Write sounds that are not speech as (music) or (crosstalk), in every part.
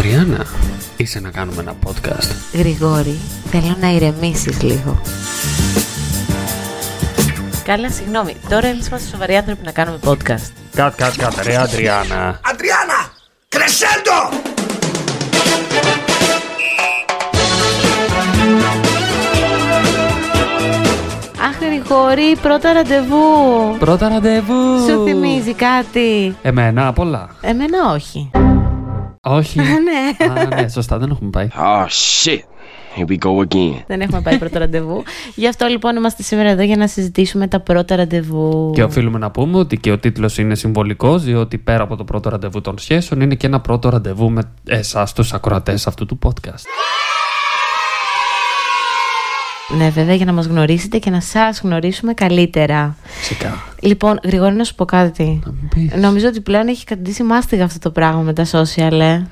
Διάννα, είσαι να κάνουμε ένα podcast. Γρηγόρη, θέλω να ηρεμήσεις λίγο. Καλά, συγγνώμη. Τώρα εμεί είμαστε σοβαροί άνθρωποι να κάνουμε podcast. Κατ, κατ, κατ, ρε Αντριάννα. Αντριάννα! Κρεσέντο! Αχ, Γρηγόρη, πρώτα ραντεβού. Πρώτα ραντεβού. Σου θυμίζει κάτι. Εμένα, πολλά. Εμένα όχι. (laughs) Όχι. ναι. Α, ναι, σωστά, δεν έχουμε πάει. Oh shit! Here we go again. Δεν έχουμε πάει πρώτο ραντεβού. Γι' αυτό λοιπόν είμαστε σήμερα εδώ για να συζητήσουμε τα πρώτα ραντεβού. Και οφείλουμε να πούμε ότι και ο τίτλος είναι συμβολικός, διότι πέρα από το πρώτο ραντεβού των σχέσεων, είναι και ένα πρώτο ραντεβού με εσάς, τους ακροατές αυτού του podcast. Ναι, βέβαια, για να μας γνωρίσετε και να σας γνωρίσουμε καλύτερα. Φυσικά. Λοιπόν, Γρηγόρη, να σου πω κάτι. Να μου πεις. Νομίζω ότι πλέον έχει κρατήσει μάστιγα αυτό το πράγμα με τα social, ε.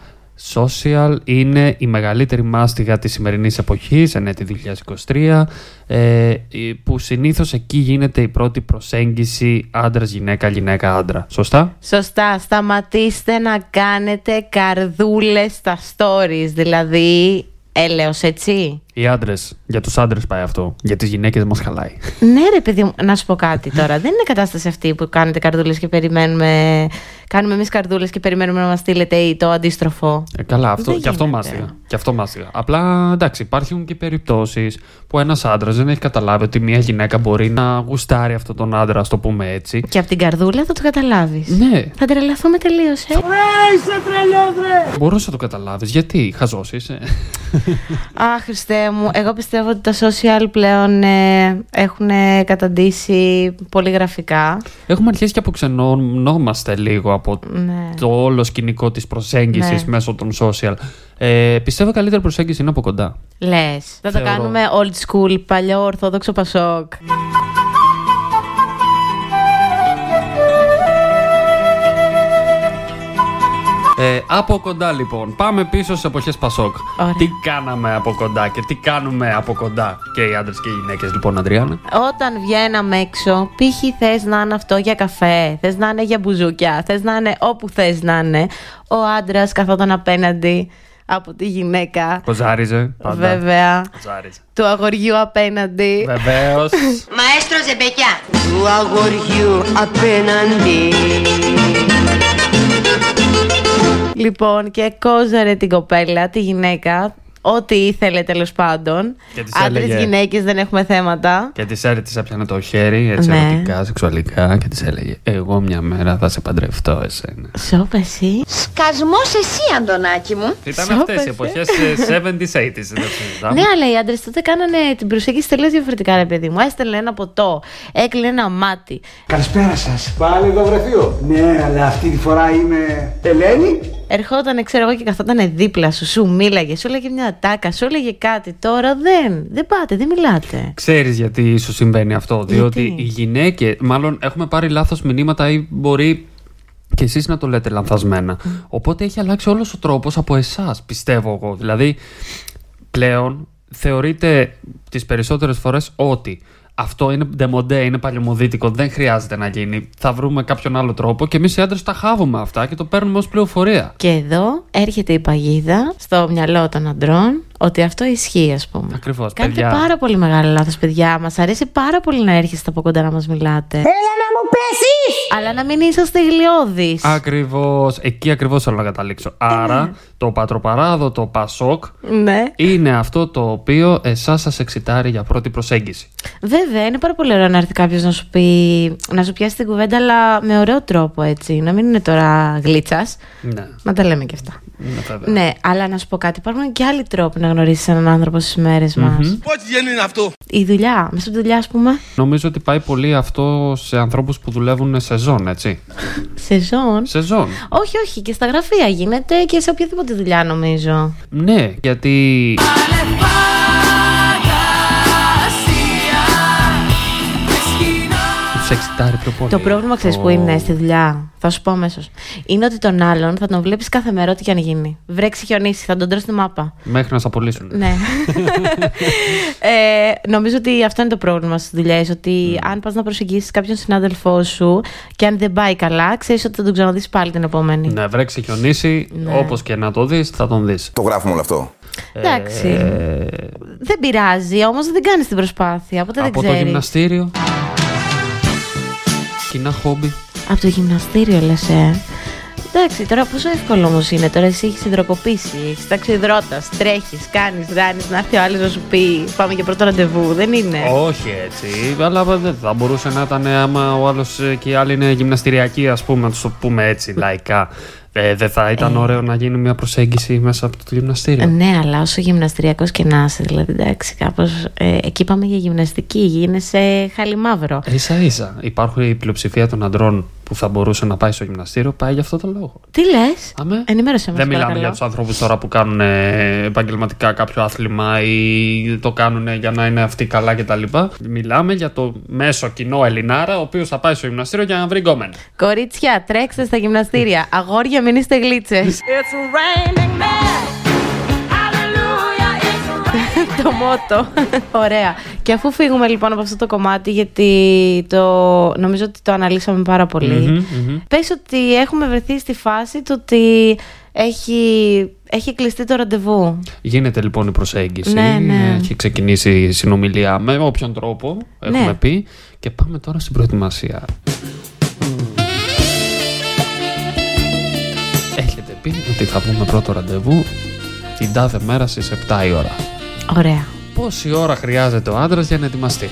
Social είναι η μεγαλύτερη μάστιγα της σημερινής εποχής, εν έτη 2023, ε, η- που συνήθως εκεί γίνεται η πρώτη προσέγγιση άντρας-γυναίκα, γυναίκα-άντρα. Σωστά? Σωστά, σταματήστε να κάνετε καρδούλες στα stories, δηλαδή έλεος έτσι. Οι άντρες, για τους άντρες πάει αυτό, για τις γυναίκες μας χαλάει. Ναι ρε παιδί μου, να σου πω κάτι τώρα, δεν είναι κατάσταση αυτή που κάνετε καρδούλες και περιμένουμε, κάνουμε εμείς καρδούλες και περιμένουμε να μας στείλετε ή το αντίστροφο. Ε, καλά, αυτό, Δεν και αυτό γίνεται. μάστιγα. Και αυτό μάστιγα. Απλά εντάξει, υπάρχουν και περιπτώσεις που ένας άντρας δεν έχει καταλάβει ότι μια γυναίκα μπορεί να γουστάρει αυτόν τον άντρα, ας το πούμε έτσι. Και από την καρδούλα θα το καταλάβεις. Ναι, Θα τρελαθούμε τελείως, ε. μπορούσε Ναι, να το καταλάβεις. Γιατί, ε. χαζός (laughs) είσαι. Α, Χριστέ μου, εγώ πιστεύω ότι τα social πλέον ε, έχουν ε, καταντήσει πολύ γραφικά. Έχουμε αρχίσει και αποξενωνόμαστε λίγο από Ναι. το όλο σκηνικό της προσέγγισης Ναι. μέσω των social. Ε, πιστεύω η καλύτερη προσέγγιση είναι από κοντά. Λες. Θα το Θεωρώ. κάνουμε old school, παλιό ορθόδοξο πασόκ. Ε, από κοντά λοιπόν. Πάμε πίσω στις εποχές Πασόκ. Ωραία. Τι κάναμε από κοντά και τι κάνουμε από κοντά και οι άντρες και οι γυναίκες λοιπόν, Αντριάννα. Όταν βγαίναμε έξω, π.χ. θες να είναι αυτό για καφέ, θες να είναι για μπουζούκια, θες να είναι όπου θες να είναι. Ο άντρας καθόταν απέναντι από τη γυναίκα. Κοζάριζε. Πάντα. Βέβαια. Κοζάριζε. Του αγοριού απέναντι. Βεβαίως. Μαέστρο Ζεμπεκιά Του αγοριού απέναντι Λοιπόν, και κόζαρε την κοπέλα, τη γυναίκα, ό,τι ήθελε τέλος πάντων. Και της Άντρες, έλεγε. γυναίκες δεν έχουμε θέματα. και τη έρε τη έπιανε το χέρι, έτσι Ναι. ερωτικά, σεξουαλικά και τη έλεγε: Εγώ μια μέρα θα σε παντρευτώ εσένα. Σώπα εσύ. Σκασμός εσύ Αντωνάκη μου Ήταν Σώπα, αυτές οι ε. εποχέ (laughs) 70s, 80s. δεν το συζητάμε. Ναι, αλλά οι άντρες τότε κάνανε την προσέγγιση τελείως διαφορετικά, ρε παιδί μου. Έστελνε ένα ποτό, έκλεινε ένα μάτι. Καλησπέρα σας. Πάλι εδώ βρεθείο. Ναι, αλλά αυτή τη φορά είμαι Ελένη. Ερχόταν, ξέρω εγώ, και καθόταν δίπλα σου, σου μίλαγε, σου έλεγε μια τάκα, σου έλεγε κάτι. Τώρα δεν, δεν πάτε, δεν μιλάτε. Ξέρεις γιατί ίσως συμβαίνει αυτό. Διότι Γιατί? οι γυναίκες, μάλλον έχουμε πάρει λάθος μηνύματα ή μπορεί και εσείς να το λέτε λανθασμένα. Οπότε έχει αλλάξει όλος ο τρόπος από εσάς, πιστεύω εγώ. Δηλαδή, πλέον θεωρείτε τις περισσότερες φορές ότι αυτό είναι ντεμοντέ, είναι παλιωμοδίτικο, δεν χρειάζεται να γίνει. Θα βρούμε κάποιον άλλο τρόπο και εμείς οι άντρες τα χάβουμε αυτά και το παίρνουμε ως πληροφορία. Και εδώ έρχεται η παγίδα στο μυαλό των αντρών ότι αυτό ισχύει, ας πούμε. Ακριβώς, Κάνετε παιδιά. πάρα πολύ μεγάλο λάθος, παιδιά. Μας αρέσει πάρα πολύ να έρχεστε από κοντά να μας μιλάτε. Έλα να μου πέσεις! Αλλά να μην είσαστε γλιώδεις. Ακριβώς, εκεί ακριβώς θέλω να καταλήξω. Άρα, το πατροπαράδοτο Πασόκ Ναι. είναι αυτό το οποίο εσάς σας εξητάρει για πρώτη προσέγγιση. Βέβαια, είναι πάρα πολύ ωραίο να έρθει κάποιος να σου πει, να σου πιάσει την κουβέντα, αλλά με ωραίο τρόπο έτσι. Να μην είναι τώρα γλίτσας. Ναι, Να τα λέμε και αυτά. ναι, βέβαια. Ναι, αλλά να σου πω κάτι. Υπάρχουν και άλλοι τρόποι να γνωρίσει έναν άνθρωπο στις μέρες μα. Πόση γέννη είναι αυτό! Η δουλειά, μέσα από τη δουλειά, ας πούμε. Νομίζω ότι πάει πολύ αυτό σε ανθρώπους που δουλεύουν σεζόν, έτσι. Σεζόν. Σεζόν. Όχι, όχι, και στα γραφεία γίνεται και σε οποιαδήποτε δουλειά νομίζω. Ναι, γιατί. Σε εξητάρει πιο πολύ. Το πρόβλημα ξέρεις Το- που είναι στη δουλειά. Θα σου πω αμέσως. Είναι ότι τον άλλον θα τον βλέπεις κάθε μέρα ό,τι και αν γίνει. Βρέξει χιονίσει, θα τον τρώσει τη μάπα. Μέχρι να σε απολύσουν. (laughs) Ναι. ε, νομίζω ότι αυτό είναι το πρόβλημα στις δουλειές. Ναι. Ότι αν πας να προσεγγίσεις κάποιον συνάδελφό σου και αν δεν πάει καλά, ξέρεις ότι θα τον ξαναδείς πάλι την επόμενη. Ναι, βρέξει, χιονίσει, Ναι. όπως και να το δεις, θα τον δεις. Το γράφουμε όλο αυτό. Εντάξει. Ε, Δεν πειράζει, όμως δεν κάνεις την προσπάθεια. Οπότε από δεν το ξέρεις. γυμναστήριο. Κοινά χόμπι. Από το γυμναστήριο λες, ε. Εντάξει, τώρα πόσο εύκολο όμως είναι. Τώρα εσύ έχεις υδροκοπήσει, έχεις ταξιδρώτα, τρέχεις, κάνεις, κάνει. Να έρθει ο άλλος να σου πει Πάμε για πρώτο ραντεβού. Δεν είναι. Όχι έτσι, αλλά δεν θα μπορούσε να ήταν άμα ο άλλος και οι άλλοι είναι γυμναστηριακοί, ας πούμε, να τους το πούμε έτσι λαϊκά. Ε, δεν θα ήταν ωραίο να γίνει μια προσέγγιση μέσα από το γυμναστήριο. Ναι, αλλά όσο γυμναστριακό και να είσαι, δηλαδή εντάξει, κάπως. Ε, εκεί πάμε για γυμναστική, γίνεσαι χαλιμαύρο. Ίσα ίσα. Υπάρχει η πλειοψηφία των αντρών που θα μπορούσε να πάει στο γυμναστήριο, πάει για αυτό το λόγο. Τι λες, Αμέ. ενημέρωσε μας. Δεν μιλάμε για τους ανθρώπους τώρα που κάνουν ε, επαγγελματικά κάποιο άθλημα ή το κάνουν για να είναι αυτοί καλά κτλ. Μιλάμε για το μέσο κοινό Ελληνάρα, ο οποίος θα πάει στο γυμναστήριο για να βρει γκόμενα. Κορίτσια, τρέξτε στα γυμναστήρια. Αγόρια, μην είστε γλίτσες. το μότο. Ωραία. Και αφού φύγουμε λοιπόν από αυτό το κομμάτι, γιατί το νομίζω ότι το αναλύσαμε πάρα πολύ, πες ότι έχουμε βρεθεί στη φάση του ότι έχει, έχει κλειστεί το ραντεβού. Γίνεται λοιπόν η προσέγγιση. Ναι, ναι. Έχει ξεκινήσει η συνομιλία με όποιον τρόπο έχουμε Ναι. πει. Και πάμε τώρα στην προετοιμασία. Έχετε πει ότι θα βγούμε πρώτο ραντεβού την τάδε μέρα στις 7 η ώρα. Ωραία. Πόση ώρα χρειάζεται ο άντρας για να ετοιμαστεί.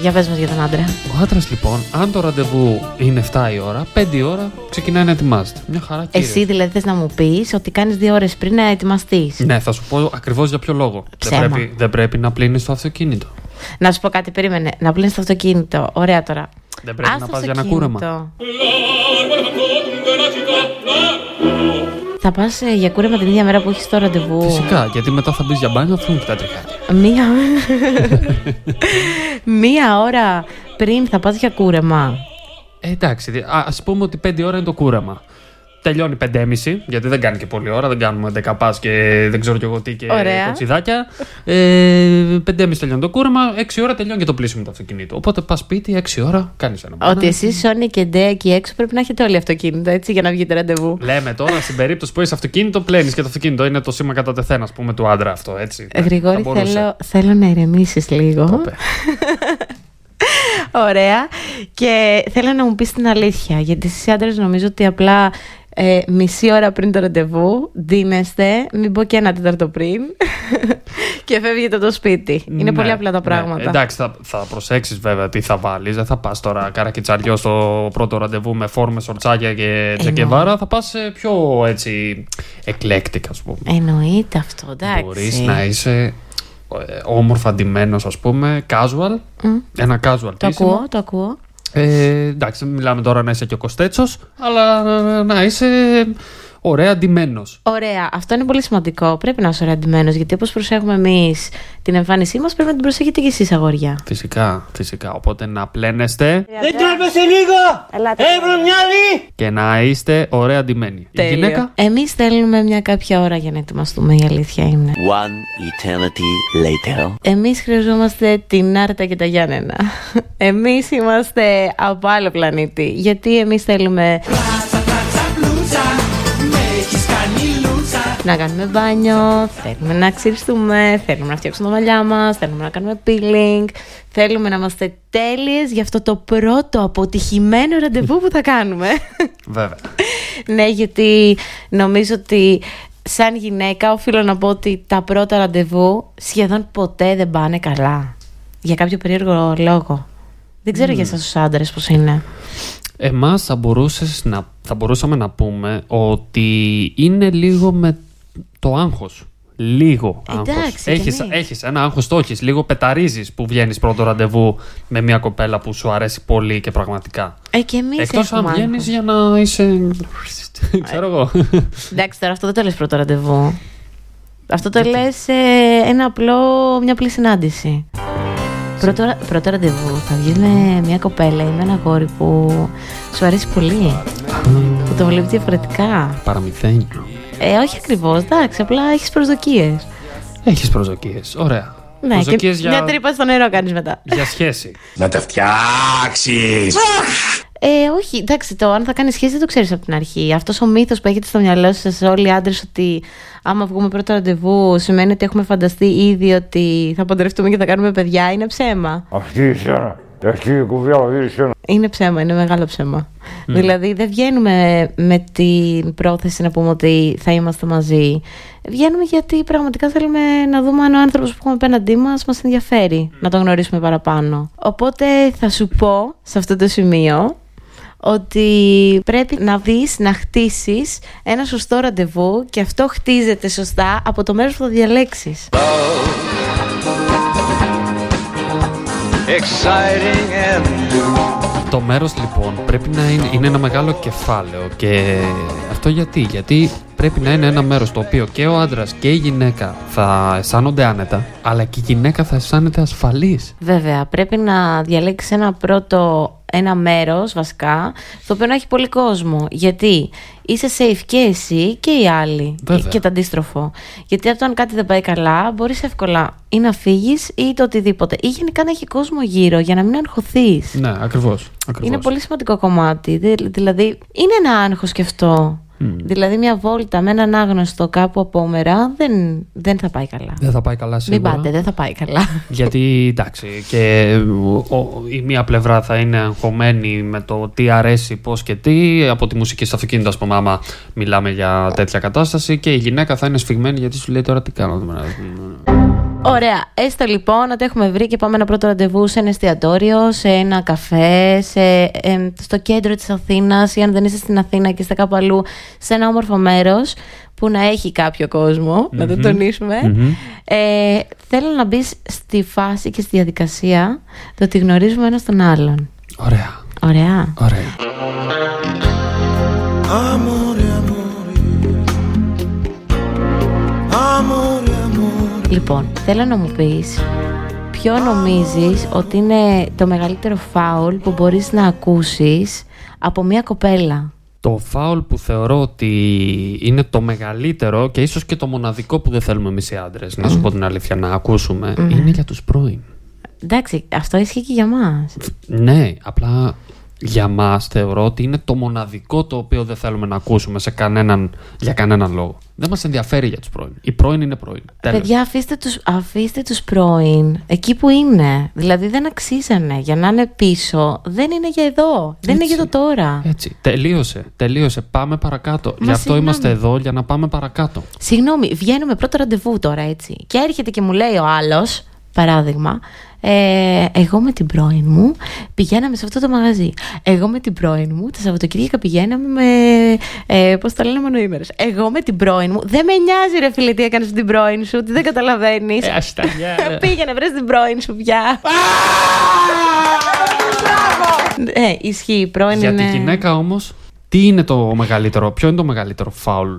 Για πες μας για τον άντρα. Ο άντρας λοιπόν, αν το ραντεβού είναι 7 η ώρα, 5 η ώρα ξεκινάει να ετοιμάζεται. Μια χαρά κύριε. Εσύ δηλαδή θες να μου πεις ότι κάνεις δύο ώρες πριν να ετοιμαστείς. Ναι, θα σου πω ακριβώς για ποιο λόγο. Δεν Ψέμα. πρέπει, δεν πρέπει να πλύνεις το αυτοκίνητο. Να σου πω κάτι, περίμενε. Να πλύνεις το αυτοκίνητο. Ωραία τώρα. Δεν πρέπει Ας να το πας για ένα αυτοκίνητο. κούρεμα. Θα πας ε, για κούρεμα την ίδια μέρα που έχεις το ραντεβού. Φυσικά, γιατί μετά θα μπεις για μπάνιο, αφού τα τριχάρια. Μία... (laughs) Μία ώρα πριν θα πας για κούρεμα. Ε, εντάξει, δι- α ας πούμε ότι 5 ώρα είναι το κούραμα. Τελειώνει 5.30, γιατί δεν κάνει και πολλή ώρα, δεν κάνουμε 10 πα και δεν ξέρω κι εγώ τι και Ωραία. κοτσιδάκια. Ε, 5.30 τελειώνει το κούραμα, 6 ώρα τελειώνει και το πλήσιμο το αυτοκίνητο. Οπότε πας σπίτι, 6 ώρα κάνεις ένα μπάνιο. Ότι εσείς Σόνι και Ντέ εκεί έξω πρέπει να έχετε όλοι αυτοκίνητα, έτσι, για να βγείτε ραντεβού. Λέμε τώρα στην περίπτωση που είσαι αυτοκίνητο, πλένεις και το αυτοκίνητο. Είναι το σήμα κατά τεθέν, ας πούμε, του άντρα αυτό, έτσι. Ε, Γρηγόρη, Θα μπορούσε. θέλω, θέλω να ηρεμήσεις λίγο. Όπε. (laughs) Ωραία. Και θέλω να μου πεις την αλήθεια. Γιατί εσείς οι άντρες νομίζω ότι απλά ε, μισή ώρα πριν το ραντεβού ντύνεστε, μην πω και ένα τέταρτο πριν, (laughs) και φεύγετε από το σπίτι. Είναι Ναι, πολύ απλά τα ναι. πράγματα. Εντάξει, θα, θα προσέξεις βέβαια τι θα βάλεις. Δεν θα πας τώρα καρακιτσαριό στο πρώτο ραντεβού με φόρμε, ορτσάκια Ε, ναι. και τζεκεβάρα. Θα πας πιο έτσι εκλέκτικα, ας πούμε. Εννοείται αυτό, εντάξει. Μπορείς να είσαι ε, όμορφα ντυμένος, ας πούμε, casual. Ένα casual Το ντύσιμο. ακούω, το ακούω. Ε, εντάξει, μην μιλάμε τώρα να είσαι και ο Κοστέτσο, αλλά ε, να είσαι ωραία ντυμένο. Ωραία, αυτό είναι πολύ σημαντικό. Πρέπει να είσαι ωραντημένο, γιατί όπως προσέχουμε εμείς την εμφάνισή μας, πρέπει να την προσέχετε κι εσείς, αγόρια. Φυσικά, φυσικά. Οπότε να πλένεστε Δεν τρέπεσαι λίγο! Έβρουν μια και να είστε ωραία ντυμένοι. Η γυναίκα. Εμείς θέλουμε μια κάποια ώρα για να ετοιμαστούμε, η αλήθεια είναι. One eternity later. Εμείς χρειαζόμαστε την Άρτα και τα Γιάννενα. (laughs) Εμείς είμαστε από άλλο πλανήτη. Γιατί εμείς θέλουμε. Να κάνουμε μπάνιο, θέλουμε να ξυριστούμε, θέλουμε να φτιάξουμε τα μαλλιά μας, θέλουμε να κάνουμε peeling, θέλουμε να είμαστε τέλειες για αυτό το πρώτο αποτυχημένο ραντεβού που θα κάνουμε. (laughs) Βέβαια. ναι, γιατί νομίζω ότι σαν γυναίκα οφείλω να πω ότι τα πρώτα ραντεβού σχεδόν ποτέ δεν πάνε καλά. Για κάποιο περίεργο λόγο. Δεν ξέρω για εσάς τους άντρες πώς είναι. Εμάς θα, μπορούσες να, θα μπορούσαμε να πούμε ότι είναι λίγο με το άγχος. Λίγο Εντάξει, άγχος. και Έχεις, εμείς. έχεις ένα άγχος, το έχεις. Λίγο πεταρίζεις που βγαίνεις πρώτο ραντεβού με μια κοπέλα που σου αρέσει πολύ και πραγματικά. Ε, και εμείς Εκτός αν έχουμε βγαίνεις άγχος. για να είσαι... Ξέρω εγώ. Εντάξει, τώρα αυτό δεν το λες πρώτο ραντεβού. Αυτό το λες ε, ένα απλό, μια απλή συνάντηση. Πρώτο, πρώτο ραντεβού θα βγεις με μια κοπέλα ή με ένα αγόρι που σου αρέσει Ναι, πολύ. Που το βλέπει διαφορετικά. Παραμυθένιο. Ε, όχι ακριβώς, εντάξει, απλά έχεις προσδοκίες. Έχεις προσδοκίες. Ωραία. Ναι, και προσδοκίες για, μια τρύπα στο νερό κάνεις μετά. για σχέση. Να τα φτιάξεις. Ε, όχι, εντάξει, το αν θα κάνεις σχέση δεν το ξέρεις από την αρχή. Αυτός ο μύθος που έχετε στο μυαλό σας, όλοι οι άντρες, ότι άμα βγούμε πρώτο ραντεβού, σημαίνει ότι έχουμε φανταστεί ήδη ότι θα παντρευτούμε και θα κάνουμε παιδιά, είναι ψέμα. Αυτή η σένα. Αυτή η κουβιά αυτή η σένα. Είναι ψέμα, είναι μεγάλο ψέμα. Δηλαδή δεν βγαίνουμε με την πρόθεση να πούμε ότι θα είμαστε μαζί. Βγαίνουμε γιατί πραγματικά θέλουμε να δούμε αν ο άνθρωπος που έχουμε απέναντί μας μας ενδιαφέρει να τον γνωρίσουμε παραπάνω. Οπότε θα σου πω σε αυτό το σημείο ότι πρέπει να δεις, να χτίσεις ένα σωστό ραντεβού και αυτό χτίζεται σωστά από το μέρος που θα διαλέξεις. Το μέρος λοιπόν πρέπει να είναι, είναι ένα μεγάλο κεφάλαιο. Και αυτό γιατί, γιατί πρέπει να είναι ένα μέρος το οποίο και ο άντρας και η γυναίκα θα αισθάνονται άνετα, αλλά και η γυναίκα θα αισθάνεται ασφαλής. Βέβαια, πρέπει να διαλέξεις ένα πρώτο, ένα μέρος βασικά, το οποίο να έχει πολύ κόσμο. Γιατί είσαι safe και εσύ και οι άλλοι. Βέβαια. Και το αντίστροφο. Γιατί από το αν κάτι δεν πάει καλά, μπορείς εύκολα ή να φύγεις ή το οτιδήποτε. Ή γενικά να έχει κόσμο γύρω για να μην αγχωθείς. Ναι, ακριβώς. Είναι πολύ σημαντικό κομμάτι. Δη- Δηλαδή, είναι ένα άγχος και αυτό. Δηλαδή, μια βόλτα με έναν άγνωστο κάπου απόμερα δεν, δεν θα πάει καλά. Δεν θα πάει καλά Μην σίγουρα. πάτε, δεν θα πάει καλά. Γιατί εντάξει, και ο- ο- η μία πλευρά θα είναι αγχωμένη με το τι αρέσει, πώς και τι, από τη μουσική στο αυτοκίνητο, ας πούμε, άμα μιλάμε για τέτοια κατάσταση, και η γυναίκα θα είναι σφιγμένη γιατί σου λέει τώρα τι κάνουμε. Ωραία. Έστω λοιπόν να το έχουμε βρει και πάμε ένα πρώτο ραντεβού σε ένα εστιατόριο, σε ένα καφέ, σε, εμ, στο κέντρο της Αθήνας ή αν δεν είστε στην Αθήνα και είστε κάπου αλλού, σε ένα όμορφο μέρος που να έχει κάποιο κόσμο, να το τονισουμε Ε, θέλω να μπεις στη φάση και στη διαδικασία το ότι γνωρίζουμε ένα τον άλλον. Ωραία, Ωραία. ωραία. Λοιπόν, θέλω να μου πεις ποιο νομίζεις ότι είναι το μεγαλύτερο φάουλ που μπορείς να ακούσεις από μια κοπέλα. Το φάουλ που θεωρώ ότι είναι το μεγαλύτερο και ίσως και το μοναδικό που δεν θέλουμε εμείς οι άντρες, να σου πω την αλήθεια, να ακούσουμε, είναι για τους πρώην. Εντάξει, αυτό ισχύει και για μας. Ναι, απλά για μας θεωρώ ότι είναι το μοναδικό το οποίο δεν θέλουμε να ακούσουμε σε κανέναν, για κανέναν λόγο. Δεν μας ενδιαφέρει για τους πρώην. Οι πρώην είναι πρώην. Τέλος. Παιδιά, αφήστε τους, αφήστε τους πρώην εκεί που είναι. Δηλαδή δεν αξίζανε για να είναι πίσω. Δεν είναι για εδώ. Δεν είναι για το τώρα. Έτσι, τελείωσε, τελείωσε. Πάμε παρακάτω. Γι' αυτό συγγνώμη. είμαστε εδώ, για να πάμε παρακάτω. Συγγνώμη, βγαίνουμε πρώτο ραντεβού τώρα, έτσι. Και έρχεται και μου λέει ο άλλος, παράδειγμα, ε, εγώ με την πρώην μου πηγαίναμε σε αυτό το μαγαζί. Εγώ με την πρώην μου τα Σαββατοκύριακα πηγαίναμε με. Ε, Πώς τα λένε, μονοήμερες. Εγώ με την πρώην μου. Δεν με νοιάζει, ρε φίλε, τι έκανες την πρώην σου, τι δεν καταλαβαίνεις. Ε, ας τα γεια. (laughs) Πήγαινε, βρες την πρώην σου πια. Ναι, ισχύει. Η πρώην Για τη είναι- γυναίκα όμως, τι είναι το μεγαλύτερο, ποιο είναι το μεγαλύτερο φάουλ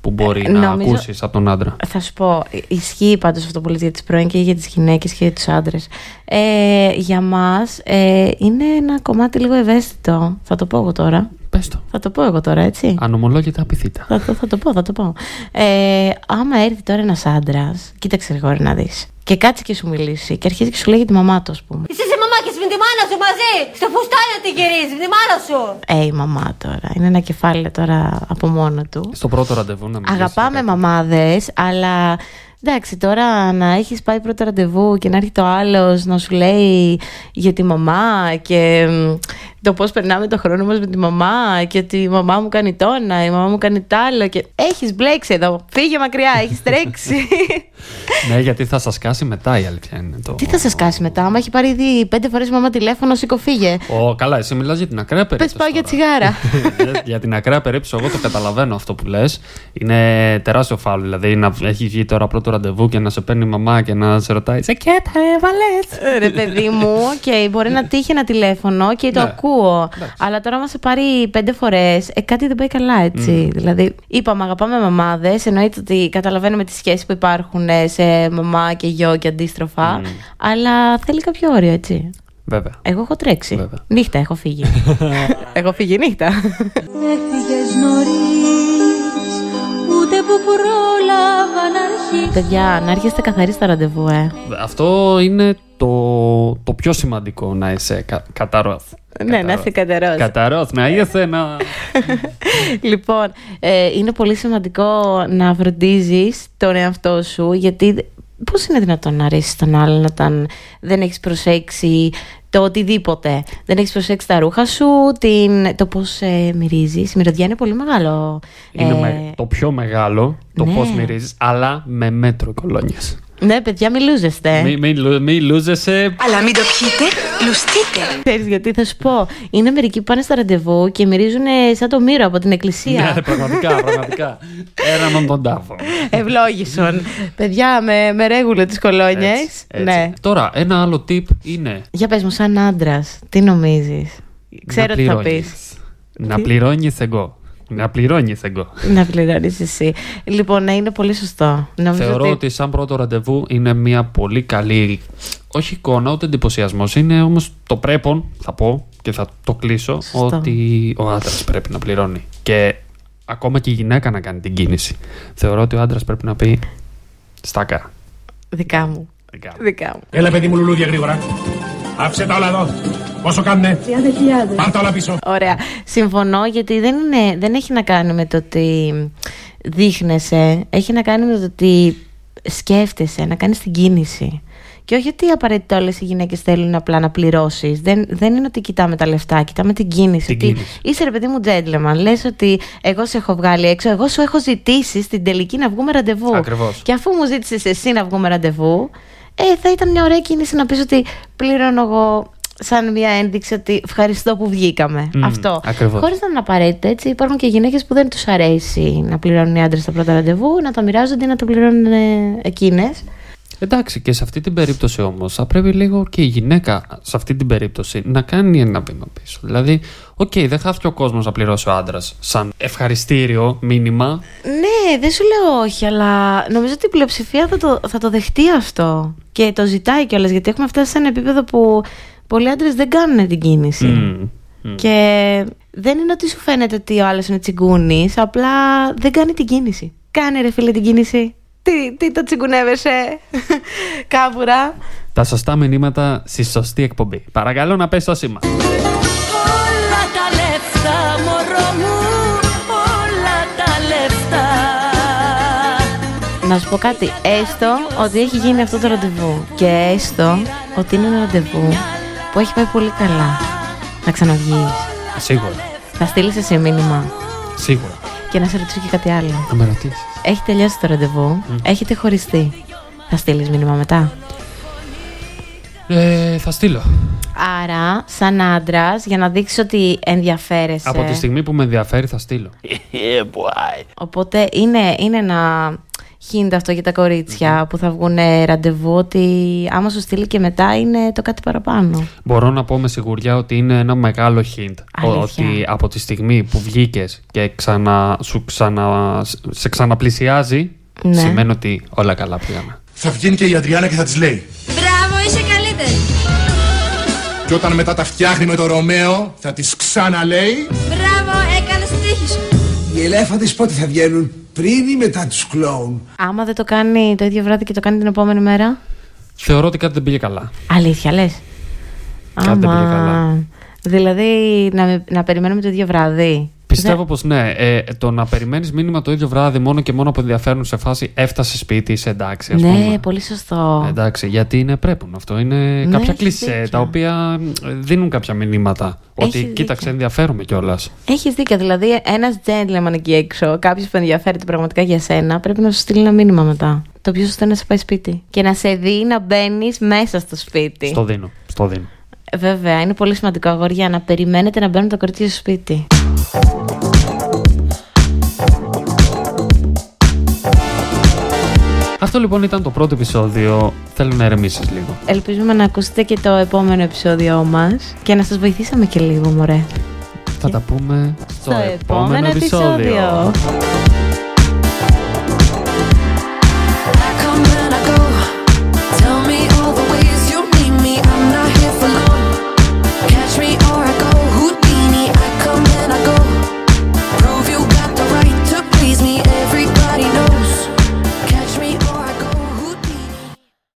που μπορεί Ε, να νομίζω- ακούσεις από τον άντρα. Θα σου πω, ε, ισχύει πάντως αυτό που λες για τις πρώην και για τις γυναίκες και για τους άντρες. Ε, για μας ε, είναι ένα κομμάτι λίγο ευαίσθητο. Θα το πω εγώ τώρα. Πες το. Θα το πω εγώ τώρα, έτσι. Ανομολόγητα απειθήτα. Θα το, θα το πω, θα το πω. Ε, άμα έρθει τώρα ένας άντρας, κοίταξε Γρηγόρη να δεις. Και κάτσει και σου μιλήσει και αρχίζει και σου λέει για τη μαμά του, ας πούμε. Είσαι σε μαμά και με τη μάνα σου μαζί! Στο φουστάνιο τη γυρίζεις, με τη μάνα σου! Ε, η μαμά τώρα. Είναι ένα κεφάλαιο τώρα από μόνο του. Στο πρώτο ραντεβού να μιλήσεις. Αγαπάμε μαμάδες, αλλά εντάξει, τώρα να έχεις πάει πρώτο ραντεβού και να έρχεται ο άλλος να σου λέει για τη μαμά και μ, το πώς περνάμε το χρόνο μας με τη μαμά και ότι η μαμά μου κάνει τόνα, η μαμά μου κάνει τ' άλλο. Και... Έχεις μπλέξει εδώ. Φύγε μακριά, έχεις τρέξει. Ναι, γιατί θα σας κάσει μετά η αλήθεια είναι το. Τι θα σας κάσει μετά, άμα έχει πάρει ήδη πέντε φορές η μαμά τηλέφωνο, σήκω φύγε. Ω, καλά, εσύ μιλάς για την ακραία περίπτωση. πάω για τώρα. τσιγάρα. Για- (laughs) για την ακραία περίπτωση, εγώ το καταλαβαίνω αυτό που λες. Είναι τεράστιο φάουλ. Δηλαδή, να έχει βγει τώρα πρώτο του ραντεβού και να σε παίρνει η μαμά και να σε ρωτάει Σε και τα έβαλες Ε, Ρε παιδί μου, οκ, μπορεί να τύχει ένα τηλέφωνο και το Ναι. ακούω. Αλλά τώρα μας σε πάρει πέντε φορές, ε, κάτι δεν πάει καλά, έτσι. Δηλαδή, είπαμε, αγαπάμε μαμάδες. Εννοείται ότι καταλαβαίνουμε τις σχέσεις που υπάρχουν ε, σε μαμά και γιο και αντίστροφα. Αλλά θέλει κάποιο όριο, έτσι. Βέβαια. Εγώ έχω τρέξει. Βέβαια. Νύχτα έχω (laughs) φύγει. έχω φύγει νύχτα. Έφυγες νωρίς, ούτε που πρόλαβα να αρχίσει. Παιδιά, να έρχεστε καθαροί στα ραντεβού, ε. Αυτό είναι το, το πιο σημαντικό να είσαι κα, καταρόθ. Ναι, να είσαι κατερός. Καταρόθ, να είσαι να. (laughs) Λοιπόν, ε, είναι πολύ σημαντικό να φροντίζεις τον εαυτό σου, γιατί πώς είναι δυνατόν να αρέσεις τον άλλον όταν δεν έχεις προσέξει το οτιδήποτε. Δεν έχεις προσέξει τα ρούχα σου, την, το πώς ε, μυρίζεις. Η μυρωδιά είναι πολύ μεγάλο. είναι ε, με- το πιο μεγάλο το ναι. πώς πώ μυρίζεις, αλλά με μέτρο κολόνιας. Ναι, παιδιά, μιλούζεστε. Μην μη, λου- μη λούζεσαι. Αλλά μην το πιείτε, λουστείτε. Ξέρεις γιατί θα σου πω. Είναι μερικοί που πάνε στα ραντεβού και μυρίζουν ε, σαν το μύρο από την εκκλησία. Ναι, πραγματικά, πραγματικά. Έρανον τον τάφο. Ευλόγησον. παιδιά, με, με ρέγουλο τις κολόνιες. Έτσι, έτσι. Ναι. Τώρα, ένα άλλο tip είναι. Για πες μου, σαν άντρας, τι νομίζεις. Ξέρω να τι θα πει. πληρώνεις. Να πληρώνεις εγώ. Να πληρώνεις εγώ. Να πληρώνεις εσύ. Λοιπόν, ναι, είναι πολύ σωστό. Νομίζω Θεωρώ ότι σαν πρώτο ραντεβού είναι μια πολύ καλή. Όχι εικόνα, ούτε εντυπωσιασμός. Είναι όμως το πρέπον, θα πω και θα το κλείσω, Σωστό. ότι ο άντρας πρέπει να πληρώνει. Και ακόμα και η γυναίκα να κάνει την κίνηση. Θεωρώ ότι ο άντρας πρέπει να πει στάκα. Δικά μου. δεν κάνω». Δικά μου. Έλα παιδί μου λουλούδια γρήγορα. Άψε τα όλα εδώ. Πόσο κάνουνε. 30.000. Πάρ' τα όλα πίσω. Ωραία. Συμφωνώ γιατί δεν, είναι, δεν έχει να κάνει με το ότι δείχνεσαι. Έχει να κάνει με το ότι σκέφτεσαι, να κάνεις την κίνηση. Και όχι ότι απαραίτητα όλες οι γυναίκες θέλουν απλά να πληρώσεις. Δεν, δεν είναι ότι κοιτάμε τα λεφτά, κοιτάμε την κίνηση. Την ότι κίνηση. Είσαι ρε παιδί μου gentleman. Λες ότι εγώ σε έχω βγάλει έξω, εγώ σου έχω ζητήσει στην τελική να βγούμε ραντεβού. Ακριβώς. Και αφού μου ζήτησες εσύ να βγούμε ραντεβού, ε, θα ήταν μια ωραία κίνηση να πεις ότι πληρώνω εγώ σαν μια ένδειξη ότι ευχαριστώ που βγήκαμε. Μμμ, Αυτό. ακριβώς. Χωρίς να είναι απαραίτητο έτσι. Υπάρχουν και γυναίκες που δεν τους αρέσει να πληρώνουν οι άντρες τα πρώτα ραντεβού, να τα μοιράζονται ή να τα πληρώνουν ε, εκείνες. Εντάξει, και σε αυτή την περίπτωση όμως θα πρέπει λίγο και η γυναίκα σε αυτή την περίπτωση να κάνει ένα βήμα πίσω. Δηλαδή, οκ, δεν χάθηκε ο κόσμος να πληρώσει ο άντρας σαν ευχαριστήριο μήνυμα. Ναι, δεν σου λέω όχι, αλλά νομίζω ότι η πλειοψηφία θα το, θα το δεχτεί αυτό. Και το ζητάει κιόλας, γιατί έχουμε φτάσει σε ένα επίπεδο που πολλοί άντρες δεν κάνουν την κίνηση. Μμμ. Και δεν είναι ότι σου φαίνεται ότι ο άλλος είναι τσιγκούνης, απλά δεν κάνει την κίνηση. Κάνε ρε φίλε την κίνηση. Τι, τι το τσιγκουνεύεσαι, (laughs) κάβουρα. Τα σωστά μηνύματα στη σωστή εκπομπή. Παρακαλώ να πες το σήμα. Όλα τα λεφτά, μωρό μου, όλα τα λεφτά. Να σου πω κάτι. Έστω ότι έχει γίνει αυτό το ραντεβού. Και έστω ότι είναι ένα ραντεβού που έχει πάει πολύ καλά. Θα ξαναβγείς. Σίγουρα. Θα στείλεις εσύ μήνυμα. Σίγουρα. Και να σε ρωτήσω και κάτι άλλο. Να με ρωτήσεις. Έχει τελειώσει το ραντεβού. Έχετε χωριστεί. Θα στείλεις μήνυμα μετά. Ε, θα στείλω. Άρα, σαν άντρας, για να δείξεις ότι ενδιαφέρεσαι. Από τη στιγμή που με ενδιαφέρει, θα στείλω. (laughs) Yeah, boy. Οπότε είναι, είναι ένα χίντα αυτό για τα κοριτσια που θα βγουν ραντεβού. Ότι άμα σου στείλει και μετά είναι το κάτι παραπάνω. Μπορώ να πω με σιγουριά ότι είναι ένα μεγάλο hint. Αλήθεια. Ότι από τη στιγμή που βγήκες και ξανα, σου ξανα, σε ξαναπλησιάζει, Ναι. σημαίνει ότι όλα καλά πήγαμε. Θα βγαίνει και η Αντριάννα και θα της λέει. Μπράβο, είσαι καλύτερη. Και όταν μετά τα φτιάχνει με το Ρωμαίο θα της ξαναλέει. Μπράβο, έκανες τύχη σου. Οι ελέφαντες πότε θα βγαίνουν, πριν ή μετά τους κλόουν. Άμα δεν το κάνει το ίδιο βράδυ και το κάνει την επόμενη μέρα. Θεωρώ ότι κάτι δεν πήγε καλά. Αλήθεια, λες. Κάτι δεν πήγε καλά. Δηλαδή, να, με- να περιμένουμε το ίδιο βράδυ. Πιστεύω πως πως ναι. Ε, το να περιμένεις μήνυμα το ίδιο βράδυ μόνο και μόνο που ενδιαφέρουν σε φάση έφτασε σπίτι, είσαι εντάξει. Ας ναι, πούμε. πολύ σωστό. Εντάξει, γιατί είναι πρέπον αυτό. Είναι Ναι, κάποια έχεις κλισέ δίκιο. τα οποία μ, δίνουν κάποια μηνύματα. Ότι Έχεις κοίταξε, δίκιο. ενδιαφέρομαι κιόλας. Έχεις δίκιο. Δηλαδή, ένας gentleman εκεί έξω, κάποιος που ενδιαφέρεται πραγματικά για σένα, πρέπει να σου στείλει ένα μήνυμα μετά. Το πιο σωστό είναι να σε πάει σπίτι. Και να σε δει να μπαίνεις μέσα στο σπίτι. Στο δίνω. Στο δίνω. Βέβαια, είναι πολύ σημαντικό αγόρια να περιμένετε να μπαίνουν τα κορίτσια στο σπίτι. Αυτό λοιπόν ήταν το πρώτο επεισόδιο. Θέλω να ερεμήσει λίγο. Ελπίζουμε να ακούσετε και το επόμενο επεισόδιο μας και να σας βοηθήσαμε και λίγο, μωρέ. Θα τα πούμε στο, Στο επόμενο Ε. επεισόδιο.